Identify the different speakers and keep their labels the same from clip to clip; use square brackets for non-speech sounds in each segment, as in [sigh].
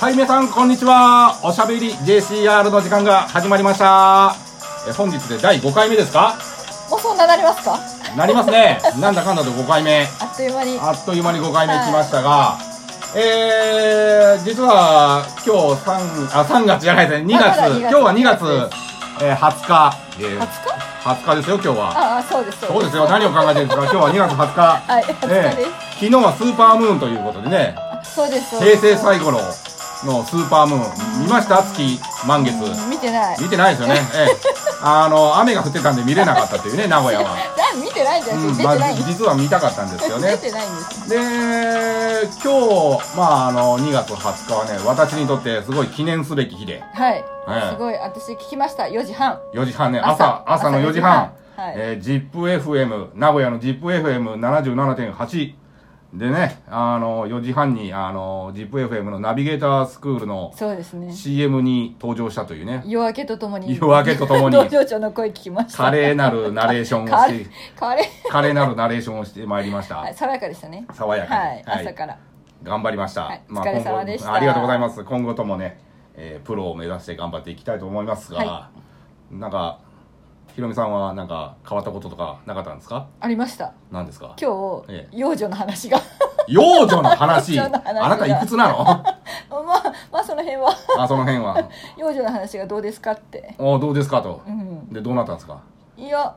Speaker 1: はい、皆さん、こんにちは。おしゃべり JCR の時間が始まりました。え本日で第5回目ですか
Speaker 2: もうそんななりますか
Speaker 1: なります
Speaker 2: [laughs]
Speaker 1: ね。なんだかんだと5回目。
Speaker 2: あっという間に
Speaker 1: あっという間に5回目来ましたが、えー、実は今日3、あ、3月じゃないですね、2
Speaker 2: ま
Speaker 1: 月、
Speaker 2: だまだ
Speaker 1: 今日は2月
Speaker 2: 二月、
Speaker 1: えー、20日、え
Speaker 2: 20
Speaker 1: ー
Speaker 2: 日
Speaker 1: 20日ですよ、今日は。
Speaker 2: ああそうです
Speaker 1: そうですよ、何を考えてるんですか、今日は2月20日。
Speaker 2: はい20日です、
Speaker 1: 昨日はスーパームーンということでね、
Speaker 2: そうですそうで
Speaker 1: 平
Speaker 2: す
Speaker 1: 成最後ののスーパームーン、見ました月、満月。
Speaker 2: うん見てない
Speaker 1: 見てないですよね。ええ、あの、雨が降ってたんで見れなかったというね、名古屋は。
Speaker 2: だ見てないんじゃ
Speaker 1: う
Speaker 2: ない、
Speaker 1: ん、
Speaker 2: 出
Speaker 1: ま
Speaker 2: て
Speaker 1: あ
Speaker 2: ない、んです
Speaker 1: 実は見たかったんですよね
Speaker 2: 出。てないんです
Speaker 1: で、今日、まあ、あの、2月20日はね、私にとってすごい記念すべき日で、
Speaker 2: はい、
Speaker 1: ええ
Speaker 2: すごい私聞きました4時半
Speaker 1: 4時半ね、朝
Speaker 2: 朝、
Speaker 1: 朝の
Speaker 2: 朝
Speaker 1: 4時半、
Speaker 2: 4時半はい
Speaker 1: えー、ZIPFM、名古屋の ZIPFM77.8 でね、あの、4時半に、あの、ZIPFM のナビゲータースクールの
Speaker 2: そうですね
Speaker 1: CM に登場したというね、
Speaker 2: 夜明けとともに
Speaker 1: 夜明けとともに
Speaker 2: 同情長の声聞きました
Speaker 1: 華麗なるナレーションを
Speaker 2: カ
Speaker 1: し
Speaker 2: レ
Speaker 1: て、
Speaker 2: ーカレ
Speaker 1: 華麗なるナレーションをしてまいりまし
Speaker 2: ー
Speaker 1: た。
Speaker 2: 爽やかでしたね
Speaker 1: 爽やかに
Speaker 2: はい、
Speaker 1: はい
Speaker 2: 朝から
Speaker 1: 頑張りました、
Speaker 2: はい
Speaker 1: まあ
Speaker 2: お疲れ様でした
Speaker 1: 今後ありがとうございます今後ともね、えープロを目指して頑張っていきたいと思いますが、
Speaker 2: は
Speaker 1: なんかひろみさんはなんか変わったこととかなかったんですか
Speaker 2: ありました
Speaker 1: 何ですか
Speaker 2: 今日、
Speaker 1: ええ
Speaker 2: 幼女の話が [laughs]
Speaker 1: 幼女の話
Speaker 2: 幼女の話が
Speaker 1: あなたいくつなの [laughs] あ
Speaker 2: まあまあその辺は
Speaker 1: その辺は
Speaker 2: 幼女の話がどうですかって
Speaker 1: おどうですかと
Speaker 2: うん
Speaker 1: でどうなったんですか [laughs]
Speaker 2: いや、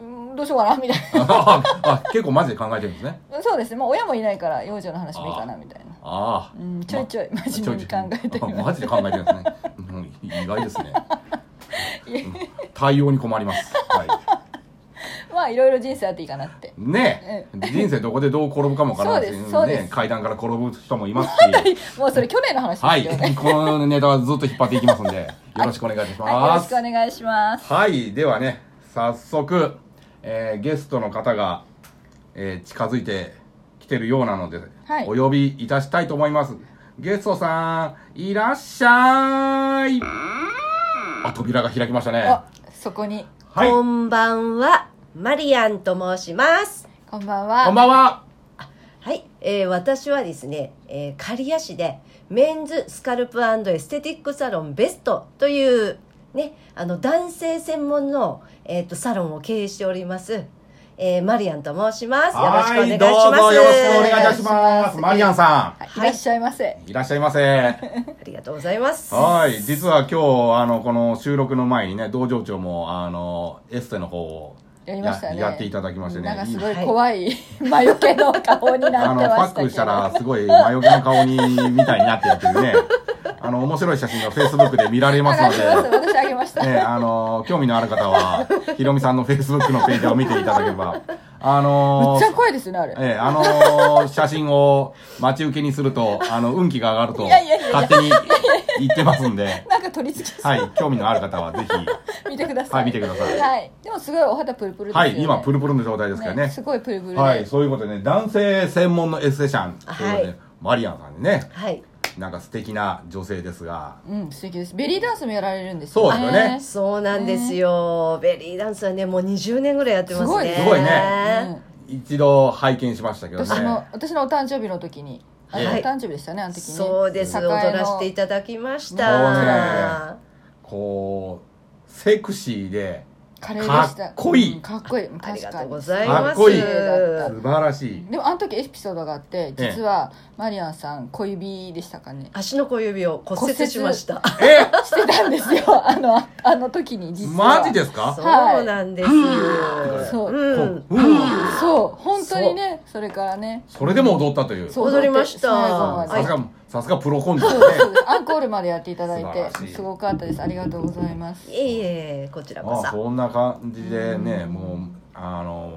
Speaker 2: うん、どうしようかなみたい
Speaker 1: ああ結構マジで考えてるんですね
Speaker 2: なそうですね、まあ、親もいないから幼女の話もいいかなみたいな、
Speaker 1: ああ、
Speaker 2: うん、ちょいちょい
Speaker 1: ま
Speaker 2: 真面目に考えて
Speaker 1: ちょい
Speaker 2: み
Speaker 1: ちょいあ
Speaker 2: ま
Speaker 1: マジ
Speaker 2: す
Speaker 1: で考えてるんですね、うん意外ですねうん対応に困ります、はい
Speaker 2: まあいろいろ人生あっていいかなって
Speaker 1: ねえ、人生どこでどう転ぶかもわからないし、
Speaker 2: そうですそうです
Speaker 1: ね、階段から転ぶ人もいますし、
Speaker 2: もうそれ去年の話
Speaker 1: は
Speaker 2: ですよね、
Speaker 1: い、このネタはずっと引っ張っていきますんで、よろしくお願いし
Speaker 2: はい、よろ
Speaker 1: ま
Speaker 2: しく
Speaker 1: す。
Speaker 2: お願いします
Speaker 1: はい、ではね、早速、えーゲストの方が、えー近づいてきてるようなので、
Speaker 2: はい
Speaker 1: お呼びいたしたいと思います。ゲストさん、いらっしゃい。あ、扉が開きましたね。
Speaker 2: あそこに
Speaker 1: はい、
Speaker 3: こんばんは、マリアンと申します。
Speaker 2: こんばんは
Speaker 1: こんばんは。
Speaker 3: はい、えー私はですね、えー刈谷市でメンズスカルプエステティックサロンベストというね、あの男性専門の、えー、とサロンを経営しております、えーマリアンと申します。よろしくお願い
Speaker 1: はい
Speaker 3: します。
Speaker 1: どうぞよろしくお願いいたします。マリアンさん。
Speaker 2: はい、いらっしゃいませ、
Speaker 1: いらっしゃいま
Speaker 3: [laughs]
Speaker 1: せ。
Speaker 3: ありがとうございます。
Speaker 1: はい。実は今日、あの、この収録の前にね、道場長も、あの、エステの方を
Speaker 2: やりましたね
Speaker 1: ややっていただきましてね。
Speaker 2: なんかす
Speaker 1: い
Speaker 2: ご
Speaker 1: い
Speaker 2: い怖い、魔除けの顔になってましたけど
Speaker 1: あの、パックしたら、すごい魔除けの顔に、みたいになってるっていう
Speaker 2: [laughs]
Speaker 1: ね。あの、面白い写真が Facebook で見られますの
Speaker 2: あげます
Speaker 1: で、
Speaker 2: 私あげました、
Speaker 1: ね、あの、興味のある方は、ひろみさんの Facebook のページを見ていただければ、あ
Speaker 2: め
Speaker 1: の
Speaker 2: っち、ゃ怖いですよねあれ、
Speaker 1: ええ、あのー写真を待ち受けにすると、あの、運気が上がると、
Speaker 2: いやいやいやいや
Speaker 1: 勝手に言ってますん
Speaker 2: [laughs]
Speaker 1: で、
Speaker 2: なんか取り付けそう、
Speaker 1: はい、興味のある方はぜひ、
Speaker 2: 見てくださ
Speaker 1: は
Speaker 2: い
Speaker 1: い見てください
Speaker 2: はい、でもすごいお肌プルプルですよ
Speaker 1: は
Speaker 2: ね
Speaker 1: い、今、プルプルの状態ですからね。
Speaker 2: すごいプルプルで、
Speaker 1: はい、そういうことでね、男性専門のエッセシャンということで、
Speaker 3: はい
Speaker 1: マリアンさんにね、
Speaker 3: はい、
Speaker 1: なんか素敵な女性ですが、
Speaker 2: うん素敵ですベリーダンスもやられるんです
Speaker 1: そうだよね
Speaker 3: そうなんですよ。ベリーダンスはね、もう20年ぐらいやってますね。
Speaker 2: すごい
Speaker 1: すごいね
Speaker 2: うん
Speaker 1: 一度拝見しましたけどね。
Speaker 2: 私の私のお誕生日の時にあのお
Speaker 3: はい
Speaker 2: 誕生日でしたねあの時に
Speaker 3: そうです、踊らせてい
Speaker 2: た
Speaker 3: ただきまし
Speaker 1: そう
Speaker 3: た
Speaker 1: ね。こう、セクシーで、
Speaker 2: カレーでした
Speaker 1: かっこいい
Speaker 2: うんかっこいい確か
Speaker 3: あ
Speaker 2: に
Speaker 3: りがとうござい
Speaker 1: か
Speaker 3: ま
Speaker 1: っ
Speaker 3: す。
Speaker 1: こいい
Speaker 2: う
Speaker 1: 素晴らしい。
Speaker 2: でもあの時エピソードがあって
Speaker 1: ええ
Speaker 2: 実はマリアンさん小指でしたかね
Speaker 3: 足の小指を骨折しました。
Speaker 1: え
Speaker 2: してたんで
Speaker 1: [laughs]
Speaker 2: すよあのああの時に実は
Speaker 1: マジですか
Speaker 3: そうなんですよ。
Speaker 2: そう、
Speaker 3: うん。
Speaker 1: こううん
Speaker 2: そう本当にねそれからね
Speaker 1: それでも踊ったという。
Speaker 2: そう
Speaker 3: 踊りました
Speaker 2: 最後ま
Speaker 1: さ
Speaker 2: です
Speaker 1: が、さすがプロ根性
Speaker 2: そう
Speaker 1: ね。
Speaker 2: そうですアンコールまでやっていただい
Speaker 1: 素晴らしてい
Speaker 2: すごかったですありがとうございます
Speaker 3: いえいえ、こちらこ
Speaker 1: まあ
Speaker 3: そ。
Speaker 1: そんな感じでねもうあの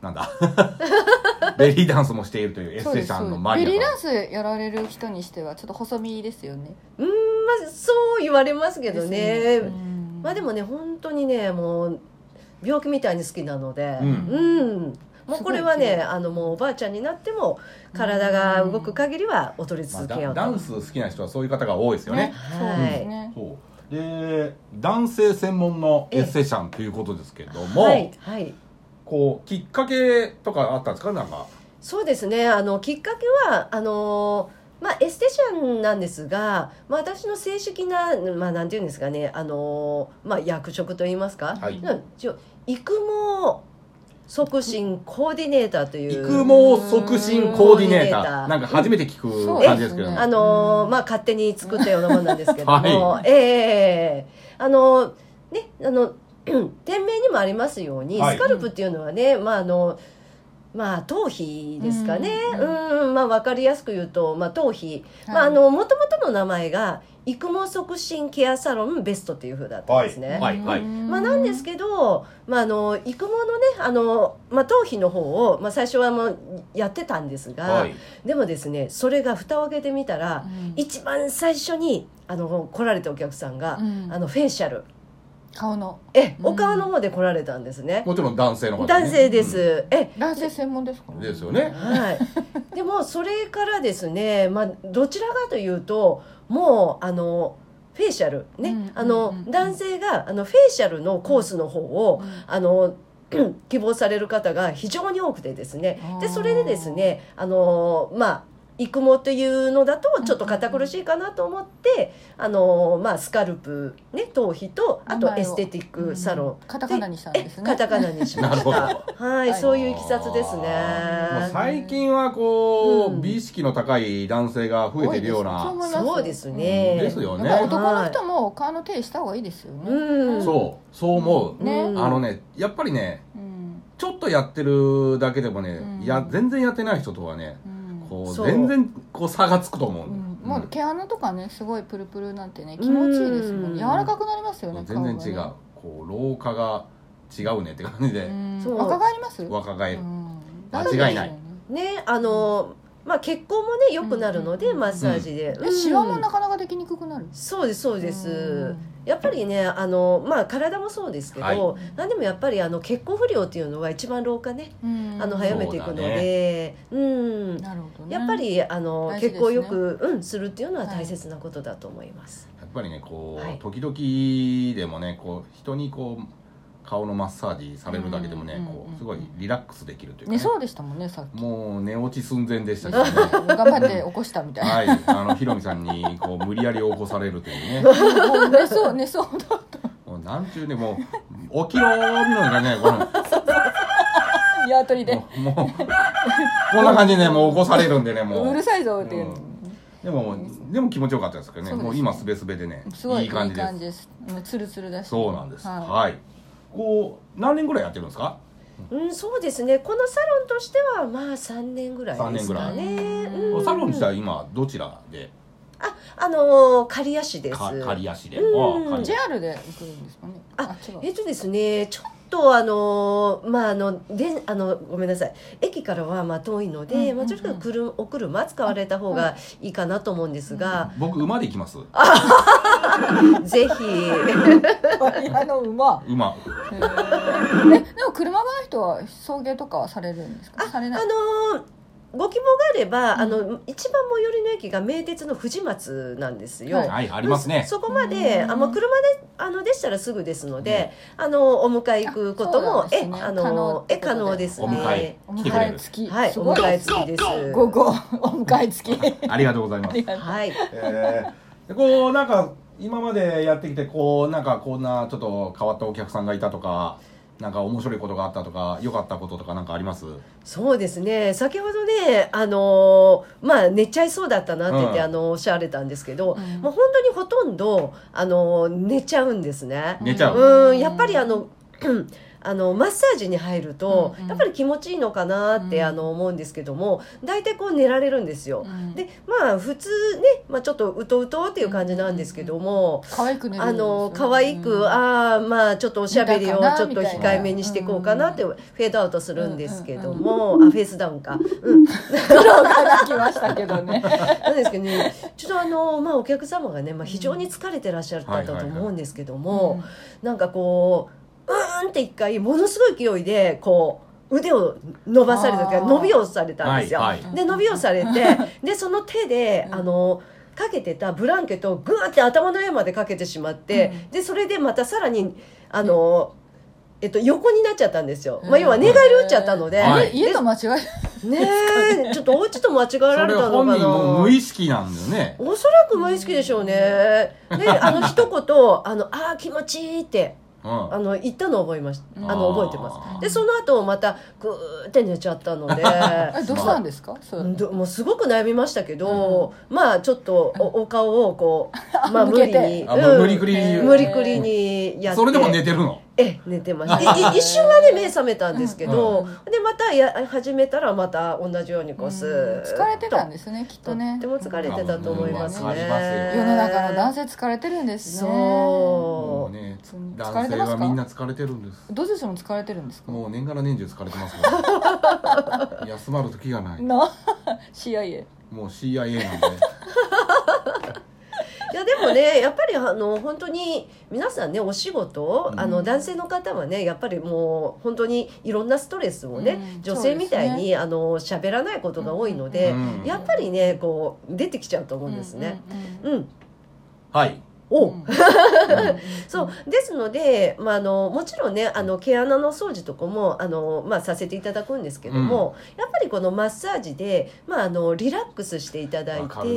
Speaker 1: なんだベリーダンスもしているというエッ
Speaker 2: そう
Speaker 1: セ
Speaker 2: で
Speaker 1: イ
Speaker 2: す
Speaker 1: さんの
Speaker 2: そう
Speaker 1: マ
Speaker 2: です
Speaker 1: リ
Speaker 2: ベリー
Speaker 1: ア
Speaker 2: ダ
Speaker 1: さ
Speaker 2: ンスやられる人にしてはちょっと細身ですよね
Speaker 3: うん、まあ、そう言われますけどね
Speaker 2: です。うん
Speaker 3: まあ、でもね、本当にね、もう。病気みたいに好きなので。
Speaker 1: う
Speaker 3: うんん。もうこれは
Speaker 2: すごい
Speaker 3: ね、
Speaker 2: ね
Speaker 3: あのもうおばあちゃんになっても体が動く限りは踊り続
Speaker 1: ん、ま
Speaker 3: けよ
Speaker 1: あ
Speaker 3: うと、
Speaker 1: ダダンス好きな人はそういう方が多いですよね
Speaker 2: そうですね
Speaker 1: そうで男性専門のエッセイさんということですけども、
Speaker 3: はい、はい、
Speaker 1: こうきっかけとかあったんですかなんか
Speaker 3: そうですねあのきっかけはあのーまあ、エステシャンなんですが、まあ、私の正式な、まあ、なんていうんですかね、あのーまあ、役職といいますか、
Speaker 1: はい
Speaker 3: なん一応育毛促進コーディネーターという
Speaker 1: 育毛促進コーディネータ
Speaker 3: コーディネータ
Speaker 1: ー
Speaker 3: ー
Speaker 1: なんか初めて聞
Speaker 2: そう
Speaker 1: く
Speaker 2: ですね
Speaker 1: 感じですけどね
Speaker 3: あのーまあ、勝手に作ったようなものなんですけども、
Speaker 1: は
Speaker 3: ええあのーねあの [clears throat] 店名にもありますように、
Speaker 1: はい
Speaker 3: スカルプっていうのはね、まああのまあ、頭皮ですかね、
Speaker 2: う
Speaker 3: うんんまあ、分かりやすく言うと、まあ、頭皮、
Speaker 2: はい
Speaker 3: まあ、あのもともとの名前が育毛促進ケアサロンベストっていうふうだったんですね、
Speaker 1: はいはい
Speaker 3: まあ、なんですけど、まあ、あの育毛のねあの、まあ、頭皮の方を、まあ、最初はもうやってたんですが、
Speaker 1: はい
Speaker 3: でもですねそれが蓋を開けてみたら、
Speaker 2: うん
Speaker 3: 一番最初にあの来られたお客さんが、
Speaker 2: うん
Speaker 3: あのフェイシャル
Speaker 2: 顔の
Speaker 3: え
Speaker 2: うん
Speaker 3: お顔の方で来られたんですね、
Speaker 1: もちろん男性の方ね
Speaker 3: 男性です、え
Speaker 2: 男性専門ですか
Speaker 1: うんですよね
Speaker 3: はい、でもそれからですね、まあ、どちらかというともうあのフェイシャルね、
Speaker 2: うん
Speaker 3: あ
Speaker 2: う
Speaker 3: の
Speaker 2: んうんうん
Speaker 3: 男性があのフェイシャルのコースの方を、
Speaker 2: うん
Speaker 3: あの [clears throat] 希望される方が非常に多くてですねでそれでですねあのまあ育毛というのだとちょっと堅苦しいかなと思って、あのまあ、スカルプ、ね、頭皮とあ
Speaker 2: 名
Speaker 3: と
Speaker 2: 前を
Speaker 3: エステティックサロン、
Speaker 2: カタカナにしたんですね
Speaker 3: カタカナにしま
Speaker 1: なる
Speaker 3: した
Speaker 1: ほど
Speaker 3: はい、
Speaker 2: はい
Speaker 3: そういういきさつですね
Speaker 1: あーもう最近はこう、
Speaker 3: うん
Speaker 1: 美意識の高い男性が増えてるような
Speaker 3: そうですね。
Speaker 1: ですよね
Speaker 2: やっぱ男の人も顔の手した方がいいですよね、
Speaker 3: うん。
Speaker 1: そうそう思う、
Speaker 2: ね
Speaker 1: あのねやっぱりね
Speaker 2: うん
Speaker 1: ちょっとやってるだけでもね、
Speaker 2: うん
Speaker 1: いや全然やってない人とはね
Speaker 2: うん
Speaker 1: こ
Speaker 3: そうう
Speaker 1: 全然こう差がつくと思う、
Speaker 2: うん
Speaker 1: うん
Speaker 2: もう毛穴とかねすごいプルプルなんてね気持ちいいですもん
Speaker 3: うん
Speaker 2: ね柔らかくなりますよね
Speaker 1: 全然違う、こう老化が違うねって感じで、
Speaker 2: う
Speaker 3: そ
Speaker 2: ん
Speaker 3: う
Speaker 2: 若返ります
Speaker 1: 若返る、
Speaker 2: うん
Speaker 1: 間違いない
Speaker 2: だと思
Speaker 3: ね、あの、まあ、血行もね、良くなるので、
Speaker 2: うん
Speaker 3: マッサージで。
Speaker 2: うよね
Speaker 3: うん
Speaker 2: えシワもなかなかできにくくなる
Speaker 3: そうです、そうで
Speaker 2: う
Speaker 3: す。
Speaker 2: ん
Speaker 3: やっぱりね、あの、まあ、体もそうですけど、
Speaker 1: はい
Speaker 3: 何でもやっぱり、あの、血行不良っていうのは一番老化ね、あの、早めていくので、うん。
Speaker 2: なるほどね
Speaker 3: やっぱりあの、
Speaker 2: 大事ですね
Speaker 3: 血行よく、うん、するっていうのは大切なことだと思います。
Speaker 1: やっぱりねこう、
Speaker 3: はい
Speaker 1: 時々でもねこう人にこう顔のマッサージされるだけでもね、
Speaker 2: うん
Speaker 1: こ
Speaker 2: うん
Speaker 1: うすごいリラックスできるというか、
Speaker 2: ねそうでしたもんねさっき
Speaker 1: もう寝落ち寸前でしたけどね
Speaker 2: 頑張って起こしたみたいな
Speaker 1: はいあのひろみさんにこう無理やり起こされるというね
Speaker 2: もう寝そう寝そうだ
Speaker 1: もうなんちゅうねもう起きろーみたいな感じねこの
Speaker 2: ニワトリで
Speaker 1: もうもうこんな感じでねもう起こされるんでねも
Speaker 2: う
Speaker 1: う
Speaker 2: るさいぞっていう
Speaker 1: でもでも気持ちよかったですけどね
Speaker 2: そうですね
Speaker 1: もう今すべすべでね
Speaker 2: すごいい
Speaker 1: い
Speaker 2: い
Speaker 1: 感じです
Speaker 2: 感じですうんツルツルだし
Speaker 1: そうなんですはい、
Speaker 2: は
Speaker 1: こう何年ぐらいやってるんですか
Speaker 3: うん、そうですね。このサロンとしては、まあ、三年ぐらいですか
Speaker 1: 三
Speaker 3: ね。
Speaker 2: 年ぐらい
Speaker 3: うん
Speaker 1: サロン自体は今どちらで
Speaker 3: あ、あの刈谷市です。
Speaker 1: か刈谷市で、
Speaker 3: うん
Speaker 1: ああ
Speaker 2: い
Speaker 1: 刈谷
Speaker 2: JR で行くんですかね
Speaker 3: あ
Speaker 2: 違う
Speaker 3: えっとですね、ちょっとあのまああのであのごめんなさい。駅からはまあ遠いので、
Speaker 2: うんうんうん
Speaker 3: まあちょっとくるお車使われた方がいいかなと思うんですが、
Speaker 1: 僕馬で行きます
Speaker 3: ぜひ
Speaker 2: [laughs] いやあの馬
Speaker 1: 馬
Speaker 2: えでも車がない人は送迎とかはされるんですか
Speaker 3: あ
Speaker 2: され
Speaker 3: あ
Speaker 2: ない
Speaker 3: のご希望があれば、
Speaker 2: うん
Speaker 3: あの一番最寄りの駅が名鉄の藤松なんですよ。
Speaker 2: はい
Speaker 1: はいありますね
Speaker 3: そそこまで、あまあ、車であのでしたらすぐですので、あのお迎え行くことも
Speaker 2: あそうなんですね
Speaker 3: えあ
Speaker 2: 可能
Speaker 3: の
Speaker 2: って
Speaker 3: え
Speaker 2: ことで
Speaker 3: 可能ですね。
Speaker 1: お迎え
Speaker 2: お
Speaker 1: 来てくれ
Speaker 2: 迎え
Speaker 1: る
Speaker 2: 付き
Speaker 3: はい、
Speaker 2: す
Speaker 3: お
Speaker 2: ごい
Speaker 3: 迎え付きです。
Speaker 2: 午後お迎え付き
Speaker 1: ありがとうございます
Speaker 3: はい。
Speaker 1: えーでこうなんか今までやってきてこうなんかこんなちょっと変わったお客さんがいたとかなんか面白いことがあったとか良かったこととかなんかあります
Speaker 3: そうですね先ほどね、あのーまあ、寝ちゃいそうだったなって言って、
Speaker 1: うん
Speaker 3: あのおっしゃられたんですけど、
Speaker 2: うん
Speaker 3: もう本当にほとんど、あのー寝ちゃうんですね。
Speaker 1: 寝ちゃう
Speaker 3: うんやっぱりあのあのマッサージに入ると、
Speaker 2: うんうん
Speaker 3: やっぱり気持ちいいのかなって、
Speaker 2: うん
Speaker 3: あの思うんですけども大体こう寝られるんですよ。
Speaker 2: うん
Speaker 3: でまあ普通ね、まあ、ちょっとうとうとっていう感じなんですけども、
Speaker 2: 可愛く寝るん
Speaker 3: あ
Speaker 2: ですよ
Speaker 3: の可愛く、ああまあちょっとおしゃべりを
Speaker 2: 見たかな
Speaker 3: ちょっと控えめにしていこうかなって
Speaker 2: み
Speaker 3: フェードアウトするんですけども、あフェースダウンか、うん、
Speaker 2: 黒が泣きましたけどね
Speaker 3: なんですけどねちょっとあの、まあ、お客様がね、まあ、非常に疲れてらっしゃったと思うんですけども、なんかこううーんって一回ものすごい勢いでこう腕を伸ばされたという
Speaker 2: あ
Speaker 3: か
Speaker 2: ー
Speaker 3: 伸びをされたんですよ。
Speaker 1: はい
Speaker 2: はい
Speaker 3: で伸び
Speaker 1: [laughs]
Speaker 3: をされてでその手で
Speaker 2: うん
Speaker 3: あのかけてたブランケットをグーって頭の上までかけてしまって、
Speaker 2: うん
Speaker 3: でそれでまたさらにあの、えっと、横になっちゃったんですよ、
Speaker 2: うん
Speaker 3: まあ、要は寝返り打っちゃったので、
Speaker 1: はい
Speaker 2: え家と間違え
Speaker 3: ねえちょっとお家と間違えら
Speaker 1: そ
Speaker 3: れ
Speaker 1: れ
Speaker 3: たの
Speaker 1: 本
Speaker 3: か
Speaker 1: 人も
Speaker 3: な
Speaker 1: 無意識なんだよね
Speaker 3: おそらく無意識でしょうねであの一言「あのあー気持ちいい」って
Speaker 1: うん
Speaker 3: あの言ったのを覚えまし
Speaker 1: うん
Speaker 3: あの覚えてますでその後またグーって寝ちゃったので
Speaker 2: えどうしたんですかそれ
Speaker 3: どもうすごく悩みましたけど、まあちょっとおお顔をこ
Speaker 2: [laughs]
Speaker 3: う、まあ、無理に、
Speaker 1: あもう無理
Speaker 3: く
Speaker 1: く
Speaker 3: り
Speaker 1: り
Speaker 2: え
Speaker 1: に
Speaker 2: ー
Speaker 3: 無理くりにやって
Speaker 1: それでも寝てるの
Speaker 3: ええ寝てましたいい一瞬はね目覚めたんですけど、でまたや始めたらまた同じようにこうスーッと
Speaker 2: 疲れてたんですねきっとね
Speaker 3: とっても疲れてたと思いますね
Speaker 1: うんわかります
Speaker 2: 世の中の男
Speaker 3: 性
Speaker 2: 性疲れてるんですね
Speaker 1: も
Speaker 3: そうう
Speaker 1: ね
Speaker 2: そう疲
Speaker 1: 男
Speaker 2: れ
Speaker 1: 性
Speaker 2: てますか
Speaker 1: はみんな疲れてるんです
Speaker 2: どうしてその疲れてるんですか
Speaker 1: もう年がら年中疲れてますから休まる時がない
Speaker 2: な [laughs] CIA
Speaker 1: もう CIA なんで
Speaker 3: いやでもねやっぱりあの本当に皆さんねお仕事、
Speaker 1: うん
Speaker 3: あの男性の方はねやっぱりもう本当にいろんなストレスをね、
Speaker 2: うん
Speaker 3: 女性みたい
Speaker 2: そう
Speaker 3: に、
Speaker 2: で
Speaker 3: あの喋らないことが多いので、
Speaker 1: うん
Speaker 3: やっぱりねこう出てきちゃうと思うんですね。
Speaker 2: うん
Speaker 3: うん、
Speaker 1: [laughs] はい
Speaker 3: お、
Speaker 2: うん
Speaker 3: [laughs] そうですので、まあ、あのもちろんねあの毛穴の掃除とかもあの、まあ、させていただくんですけども、やっぱりこのマッサージで、まあ、あのリラックスしていただい
Speaker 1: わ
Speaker 3: て
Speaker 1: か。るね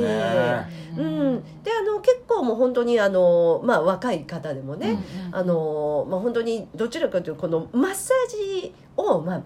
Speaker 3: う
Speaker 2: うん
Speaker 3: ん、であの結構もう本当にあの、まあ、若い方でもね、
Speaker 2: うん
Speaker 3: あのまあ、本当にどちらかというとこのマッサージを、まあ、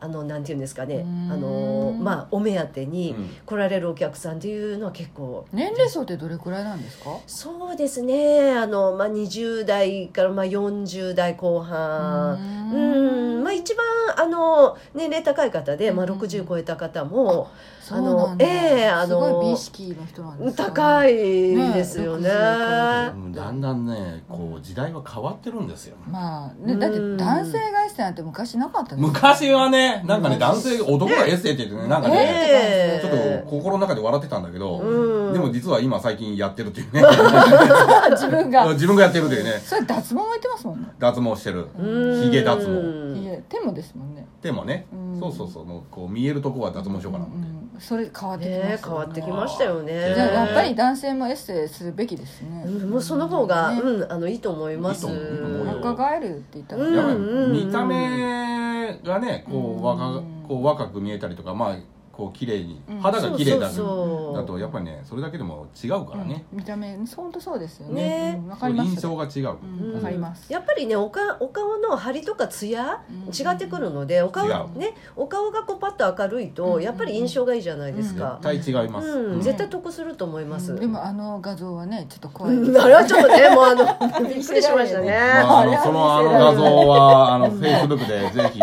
Speaker 3: あのなんていうんですかね
Speaker 2: うーん
Speaker 3: あの、まあ、お目当てに
Speaker 1: うん
Speaker 3: 来られるお客さんっていうのは結構
Speaker 2: 年齢層ってどれくらいなんですか
Speaker 3: そうですねあの、まあ、20代から、まあ、40代後半。
Speaker 2: う
Speaker 3: うんまあ、一番あの年齢高い方で、まあ、
Speaker 2: うん
Speaker 3: 60超えた方も
Speaker 2: そうなんだ
Speaker 3: あのええあの
Speaker 2: すごい美意識の人なんですい
Speaker 3: 高いですよね。
Speaker 2: ね60
Speaker 1: うんだんだんねこう時代は変わってるんですよ
Speaker 2: まあ、ね、だって男性外出なんて昔なかったですよ
Speaker 1: 昔はねなんかね
Speaker 2: うん
Speaker 1: 男性男がエッセイって言ってねなんかね
Speaker 3: ええ
Speaker 1: ちょっと心の中で笑ってたんだけど、
Speaker 3: うん
Speaker 1: でも実は今最近やってるっていうね
Speaker 2: [laughs] 自分が
Speaker 1: [laughs] 自分がやってるというね
Speaker 2: それ脱毛も言ってますもんね
Speaker 1: 脱毛してる
Speaker 3: うん
Speaker 1: ヒゲ脱
Speaker 2: いや手もですもんね
Speaker 1: でもね、
Speaker 2: うん
Speaker 1: そうそうそうもうこう見えるとこは脱毛しようかなと
Speaker 2: う
Speaker 1: 思って、
Speaker 2: んそれ変わってきますよね
Speaker 3: ね変わってきましたよね。
Speaker 2: じゃあやっぱり男性もエッセイするべきですね、
Speaker 3: うんもうその方が、
Speaker 2: ね
Speaker 3: うんあのいいと思います。
Speaker 1: いいと思うよ
Speaker 2: 若返るって言ったら、
Speaker 3: うん
Speaker 1: やばい
Speaker 3: うんうん
Speaker 1: 見た目がねこ
Speaker 2: うん
Speaker 1: う若こう若く見えたりとかまあこう綺麗に
Speaker 2: うん
Speaker 1: 肌が綺麗だ,、
Speaker 3: そうそうそう
Speaker 1: だとやっぱりねそれだけでも違うからね、
Speaker 2: 見た目本当そうですよね
Speaker 3: ね
Speaker 2: うんわかります
Speaker 1: 印象が違う、
Speaker 2: うんわかります
Speaker 3: やっぱりねおかお顔の張りとかツヤ
Speaker 2: うん
Speaker 3: 違ってくるのでお顔
Speaker 1: 違う
Speaker 3: ねお顔がこうパッと明るいと、
Speaker 2: うん
Speaker 3: やっぱり印象がいいじゃないですか
Speaker 1: 絶。対違い
Speaker 3: うん
Speaker 1: ます、
Speaker 3: うん
Speaker 1: うん
Speaker 3: 絶対得すると思います。
Speaker 2: でもあの画像はねちょっと怖
Speaker 3: う
Speaker 2: いです、
Speaker 3: んあれはちょっとねもうあ
Speaker 2: [laughs]
Speaker 3: のびっくりしましたね。
Speaker 1: まあ、あ
Speaker 2: あれ
Speaker 1: の
Speaker 2: [laughs] は
Speaker 1: そのあの画像はあのフェイスブックでぜひ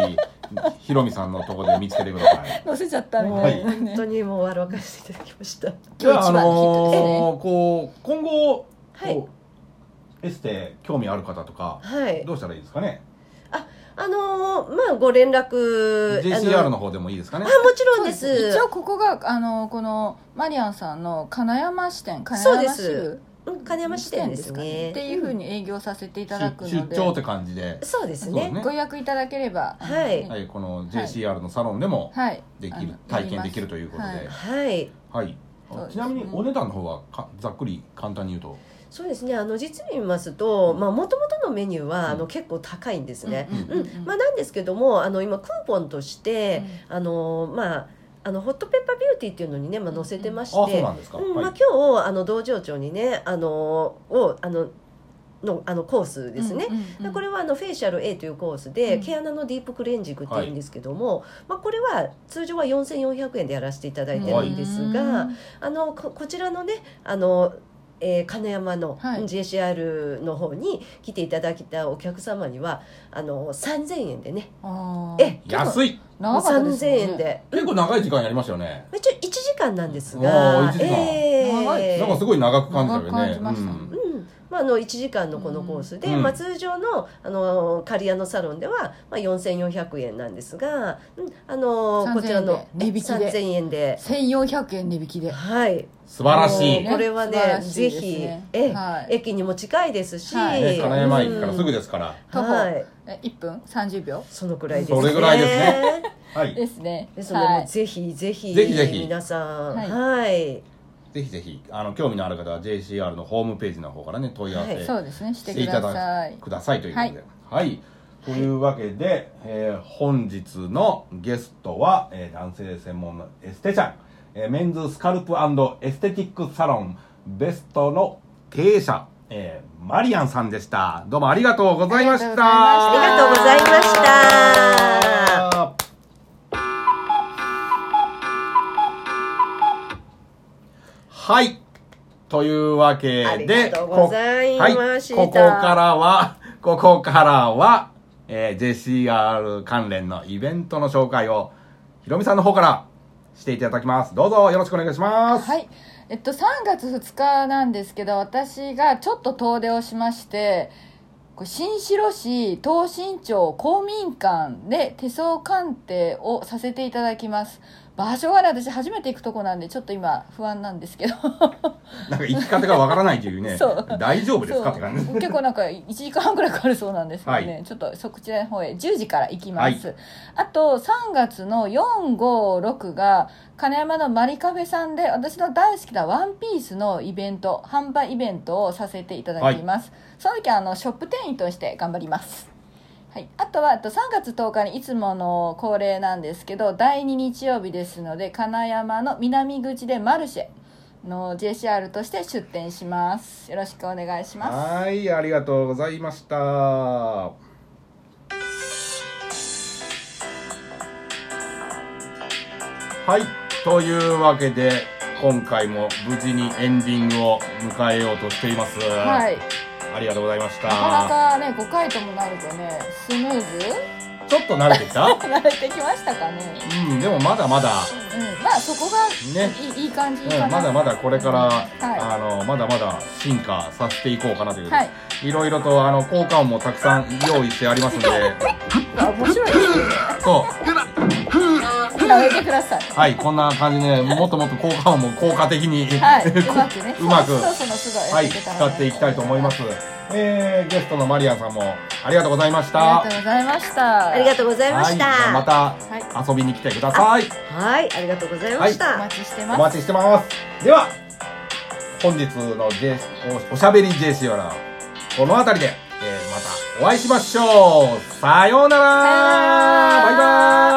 Speaker 1: ひろみさんのとこで見つけてください
Speaker 2: 載せちゃったみ
Speaker 3: もう
Speaker 2: たいなね、
Speaker 3: 本当にもう笑わかせていただきました。
Speaker 1: じゃあ、あ
Speaker 2: 今日一番のヒットですね
Speaker 1: のーこう今後、
Speaker 3: はい
Speaker 1: こうエステ興味ある方とか
Speaker 3: はい。
Speaker 1: どうしたらいいですかね
Speaker 3: あのーまあご連絡
Speaker 1: JCR
Speaker 3: あ
Speaker 1: の方でもいいですかね
Speaker 3: あもちろんです。
Speaker 2: 一応ここがあのこのマリアンさんの金山支店金
Speaker 3: そうで
Speaker 2: 山支
Speaker 3: す
Speaker 2: 部
Speaker 3: うん金山支店です
Speaker 2: か
Speaker 3: ね。
Speaker 2: っていうふうに営業させていただくの
Speaker 1: 出
Speaker 2: で
Speaker 1: 出張って感じで、
Speaker 3: そうです
Speaker 1: そう
Speaker 3: ね
Speaker 1: ね。
Speaker 2: ご予約いただければ
Speaker 3: はい
Speaker 1: はい、この JCR のサロンでも
Speaker 2: はい
Speaker 1: でき
Speaker 2: あ
Speaker 1: る、
Speaker 2: の
Speaker 1: 体験できるということで、
Speaker 2: は
Speaker 1: はいい
Speaker 3: はい。
Speaker 2: そうですね
Speaker 1: ちなみにお値段の方はかざっくり簡単に言うと、
Speaker 3: そうですね。あの実に言いますと、まあ元々のメニューは、
Speaker 1: うん
Speaker 3: あの結構高いんですね。
Speaker 1: うん
Speaker 3: うん、まあなんですけども、あの今クーポンとして、あのまああのホットペッパービューティーっていうのにね、まあ載せてまして、
Speaker 1: あそうなんですか、
Speaker 3: うんま
Speaker 1: は
Speaker 3: あ
Speaker 1: い、
Speaker 3: 今日あの道場長にね、あのをあののあのコースですね。でこれはあのフェイシャル A というコースで、
Speaker 2: うん
Speaker 3: 毛穴のディープクレンジングっていうんですけども、まあ、これは通常は4400円でやらせていただいてるんですが、あのここちらのねあの、えー金山の
Speaker 2: はい
Speaker 3: JCR の方に来ていただいたお客様にはあの3000円でね
Speaker 2: え
Speaker 3: え
Speaker 1: 安い
Speaker 2: 長かったです
Speaker 3: 3000
Speaker 2: ね
Speaker 3: 円で。
Speaker 1: 結構長い時間やりましたよね
Speaker 3: 一応1時間なんですが
Speaker 1: あー一時間
Speaker 2: 長い
Speaker 3: え
Speaker 2: で
Speaker 3: ー
Speaker 1: なんかすごい長く感じたよね
Speaker 2: 長く感じました
Speaker 1: うん
Speaker 3: うんまあ、あの1時間のこのコースで、
Speaker 1: うん
Speaker 3: まあ、通常のあの刈谷のサロンでは、まあ、4400円なんですが、うん、あのこちらの
Speaker 2: 3000円で値引きで
Speaker 3: 3000円で。
Speaker 2: 1400円値引きで
Speaker 3: はい、
Speaker 1: 素晴らしい、
Speaker 3: もうこれはね
Speaker 2: 素晴らし
Speaker 3: ぜ
Speaker 2: いです
Speaker 3: ひ、
Speaker 2: ね
Speaker 3: え
Speaker 2: はい
Speaker 3: 駅にも近いですし、
Speaker 2: はい
Speaker 1: ね、金山駅からすぐ
Speaker 3: で
Speaker 1: ですから、
Speaker 2: 徒歩
Speaker 3: はい、
Speaker 2: え1分30秒
Speaker 3: そのくらいですね
Speaker 1: それぐらいですねはい
Speaker 2: ですね
Speaker 3: ですので、
Speaker 2: は
Speaker 3: もう
Speaker 2: い
Speaker 3: ぜひぜひ
Speaker 1: ぜひぜひ
Speaker 3: 皆さん
Speaker 2: はい
Speaker 3: はい、
Speaker 1: ぜひぜひあの興味のある方は JCR のホームページの方からね問い合わせ、
Speaker 3: はい
Speaker 2: そうですねして
Speaker 1: してい
Speaker 2: く
Speaker 1: た
Speaker 2: ださ
Speaker 1: だ
Speaker 2: い
Speaker 1: くださいということではい、というわけで、えー本日のゲストは、えー男性専門のエステちゃん、えーメンズスカルプエステティックサロンベストの経営者、えーマリアンさんでしたどうもありがとうございました
Speaker 2: あ
Speaker 3: ありがとうございました。
Speaker 1: はい。というわけ
Speaker 3: あり
Speaker 1: で、
Speaker 3: がとうございました
Speaker 1: ここからは、 [laughs] ここからは、えー、JCR 関連のイベントの紹介を、ひろみさんの方からしていただきます。どうぞよろしくお願いします。
Speaker 2: はい。えっと、3月2日なんですけど、私がちょっと遠出をしまして、こう新城市東新町公民館で手相鑑定をさせていただきます。場所はね、私初めて行くとこなんで、ちょっと今不安なんですけど。
Speaker 1: なんか生き方がわからないという
Speaker 3: [laughs]
Speaker 1: ね
Speaker 2: そう、
Speaker 1: 大丈夫ですかって感じ。
Speaker 2: そう結構なんか1時間半くらいかかるそうなんですけどね、
Speaker 1: は
Speaker 2: ちょっとそちらの方へ10時から行きます、あと3月の456が金山のマリカフェさんで私の大好きなワンピースのイベント販売イベントをさせていただきます、その時はあのショップ店員として頑張りますはい、あとはあと3月10日にいつもの恒例なんですけど第2日曜日ですので金山の南口でマルシェの JCR として出店しますよろしくお願いします
Speaker 1: はい、ありがとうございました。ははい、というわけで、今回も無事にエンディングを迎えようとしています。
Speaker 2: は、
Speaker 1: はいありがとうございまし
Speaker 2: なかな
Speaker 1: た。
Speaker 2: かね5回ともなるとねスムーズ
Speaker 1: ちょっと慣れてきた
Speaker 2: 慣れてきましたかね
Speaker 1: うん、でもまだまだ、
Speaker 2: うんまあそこが
Speaker 1: ね
Speaker 2: いい,、いい感じ
Speaker 1: うん、
Speaker 2: かな、
Speaker 1: まだまだこれから、
Speaker 2: はい
Speaker 1: あの、まだまだ進化させていこうかなという。
Speaker 2: はいい、
Speaker 1: ろいろと、あの、効果音もたくさん用意してあり
Speaker 2: [laughs]
Speaker 1: ますので、
Speaker 2: あ面白いですね
Speaker 1: そう。
Speaker 2: やめてください
Speaker 1: はい、こんな感じで、もっともっと効果音も効果的に、 [laughs]
Speaker 2: はい、うまくね
Speaker 1: うまく
Speaker 2: そうそうそうすご
Speaker 1: はいい、
Speaker 2: やっていけたら
Speaker 1: 使っていきたいと思います。えー、ゲストのマリアンさんもありがとうございました。
Speaker 2: ありがとうございました
Speaker 3: ありがとうございました。
Speaker 1: はい、ま
Speaker 3: は
Speaker 1: た遊びに来てください。
Speaker 3: い、ありがとうございまし
Speaker 2: お
Speaker 3: た。
Speaker 2: 待ちして
Speaker 1: お
Speaker 2: ます
Speaker 1: 待ちしてます。では、本日の J おおしゃべり JC はなこの辺りで、えーまたお会いしましょう。さようなら
Speaker 2: さようなら
Speaker 1: バイバイ